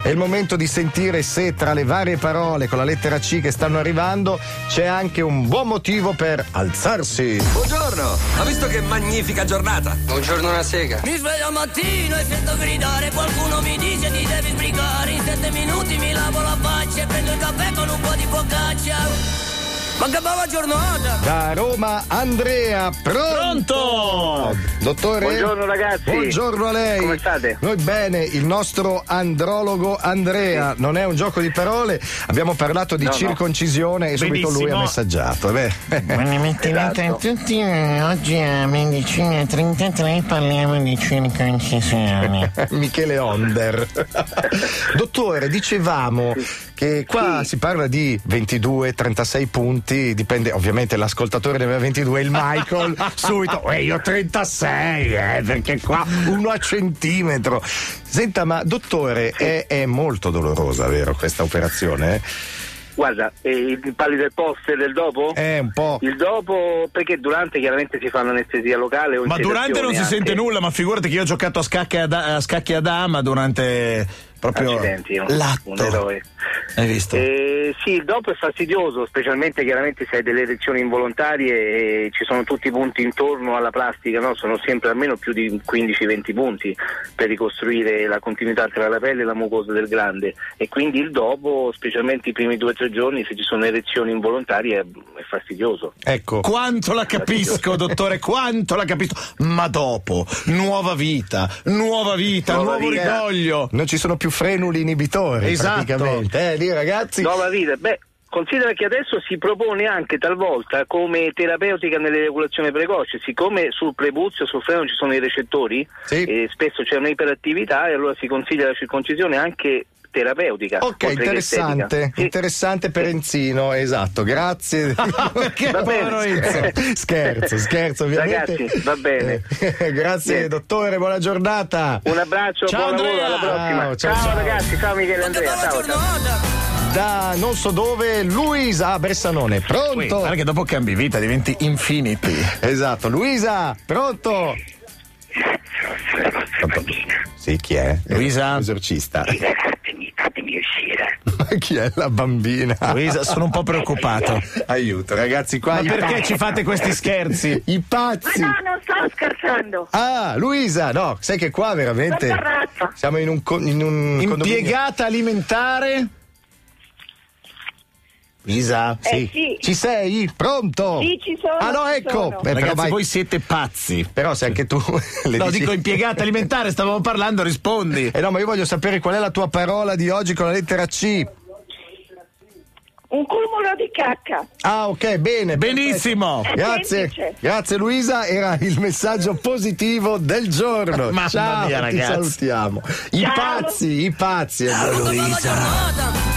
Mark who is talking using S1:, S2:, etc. S1: È il momento di sentire se tra le varie parole con la lettera C che stanno arrivando c'è anche un buon motivo per alzarsi.
S2: Buongiorno, ha visto che magnifica giornata?
S3: Buongiorno una sega.
S4: Mi sveglio al mattino e sento gridare, qualcuno mi dice ti devi sbrigare, in sette minuti mi lavo la faccia e prendo il caffè con un po' di focaccia. Ma che bella giornata!
S1: Da Roma Andrea, pronto?
S5: Pronto!
S1: Dottore?
S6: Buongiorno, ragazzi.
S1: Buongiorno a lei.
S6: Come state?
S1: Noi bene, il nostro andrologo Andrea, non è un gioco di parole, abbiamo parlato di
S6: No, no.
S1: circoncisione e subito lui ha
S5: Benissimo.
S1: messaggiato. eh beh.
S7: Buona mattinata a
S6: Esatto.
S7: tutti, eh, oggi a medicina 33 parliamo di circoncisione.
S1: Michele Onder. Dottore, dicevamo che qua si parla di 22, 36 punti, dipende ovviamente l'ascoltatore ne aveva 22, il Michael subito, e io 36, eh, perché qua uno a centimetro. Senta, ma dottore, è, è molto dolorosa, vero, questa operazione?
S6: Guarda, eh, parli del post e del dopo?
S1: eh? È un po'...
S6: Il dopo, perché durante chiaramente si fa un'anestesia locale o
S5: Ma
S6: in
S5: durante non si
S6: sedazione
S5: sente
S6: anche.
S5: nulla, ma figurati che io ho giocato a scacchi a, da- a scacchi a dama durante proprio
S6: Accidenti, un- un
S5: l'atto.
S6: eroe.
S5: Hai visto?
S6: Eh, sì, il dopo è fastidioso, specialmente chiaramente se hai delle lezioni involontarie e ci sono tutti i punti intorno alla plastica, no? sono sempre almeno più di 15-20 punti per ricostruire la continuità tra la pelle e la mucosa del glande e quindi il dopo, specialmente i primi 2-3 giorni, se ci sono erezioni involontarie è, è fastidioso.
S1: Ecco.
S5: Quanto la capisco, dottore, quanto la capisco. Ma dopo, nuova vita, nuova vita,
S6: Nuova
S5: nuovo
S6: vita.
S5: rigoglio.
S1: Non ci sono più frenuli inibitori,
S5: Esatto.
S1: praticamente. Eh, lì ragazzi,
S6: Nuova vita, beh, considera che adesso si propone anche talvolta come terapeutica nell'eregulazione precoce, siccome sul prepuzio, sul freno ci sono i recettori
S1: Sì.
S6: e spesso c'è un'iperattività e allora si consiglia la circoncisione anche terapeutica.
S1: Ok,
S6: oltre che
S1: interessante,
S6: estetica. Sì.
S1: interessante per Enzino, esatto, grazie.
S5: Perché
S6: Va bene.
S5: povero Enzo?
S1: scherzo, scherzo, ovviamente.
S6: Ragazzi, va bene.
S1: Eh, grazie
S6: Niente.
S1: dottore, buona giornata.
S6: Un abbraccio,
S5: Ciao,
S6: buon lavoro,
S5: Andrea.
S6: alla
S1: Ciao,
S6: prossima.
S1: ciao, ciao.
S6: ragazzi, ciao Michele
S4: Ma che
S6: Andrea,
S4: bella
S6: ciao, ciao.
S4: giornata!
S1: Da non so dove, Luisa a Bressanone,
S5: Ui,
S1: pronto?
S5: Guarda che dopo cambi vita, diventi infinity.
S1: Esatto, Luisa, pronto? Sì, chi è? Eh,
S5: Luisa?
S1: Esorcista.
S8: Fatemi, fatemi uscire.
S1: Ma chi è la bambina?
S5: Luisa, sono un po' preoccupato.
S1: Aiuto, ragazzi, qua
S5: Ma
S1: i
S5: perché
S1: pazzi-
S5: ci fate questi scherzi?
S1: I
S8: Ma
S1: pazzi.
S8: no, non sto scherzando.
S1: Ah, Luisa, no, sai che qua veramente
S8: Buona razza.
S1: siamo in un, co- in un condominio.
S5: Impiegata
S1: Eh,
S5: alimentare?
S1: Luisa,
S8: Eh, sì.
S1: Ci sei? Pronto?
S8: Sì, ci sono,
S1: Ah, no,
S8: ci
S1: ecco.
S8: sono.
S1: Eh, però,
S5: Ragazzi,
S1: vai-
S5: voi siete pazzi.
S1: però se anche tu le
S5: No,
S1: dici-
S5: dico impiegata alimentare, stavamo parlando, rispondi.
S1: Eh no, ma io voglio sapere qual è la tua parola di oggi con la lettera C.
S8: Un cumulo di cacca.
S1: Ah, ok, bene.
S5: Benissimo.
S1: perfetto. Grazie.
S8: Semplice.
S1: Grazie Luisa, era il messaggio positivo del giorno.
S5: Mamma
S1: Ciao,
S5: mia,
S1: ti
S5: ragazzi.
S1: salutiamo. I
S8: Ciao.
S1: pazzi, i pazzi.
S4: Ma che bella giornata!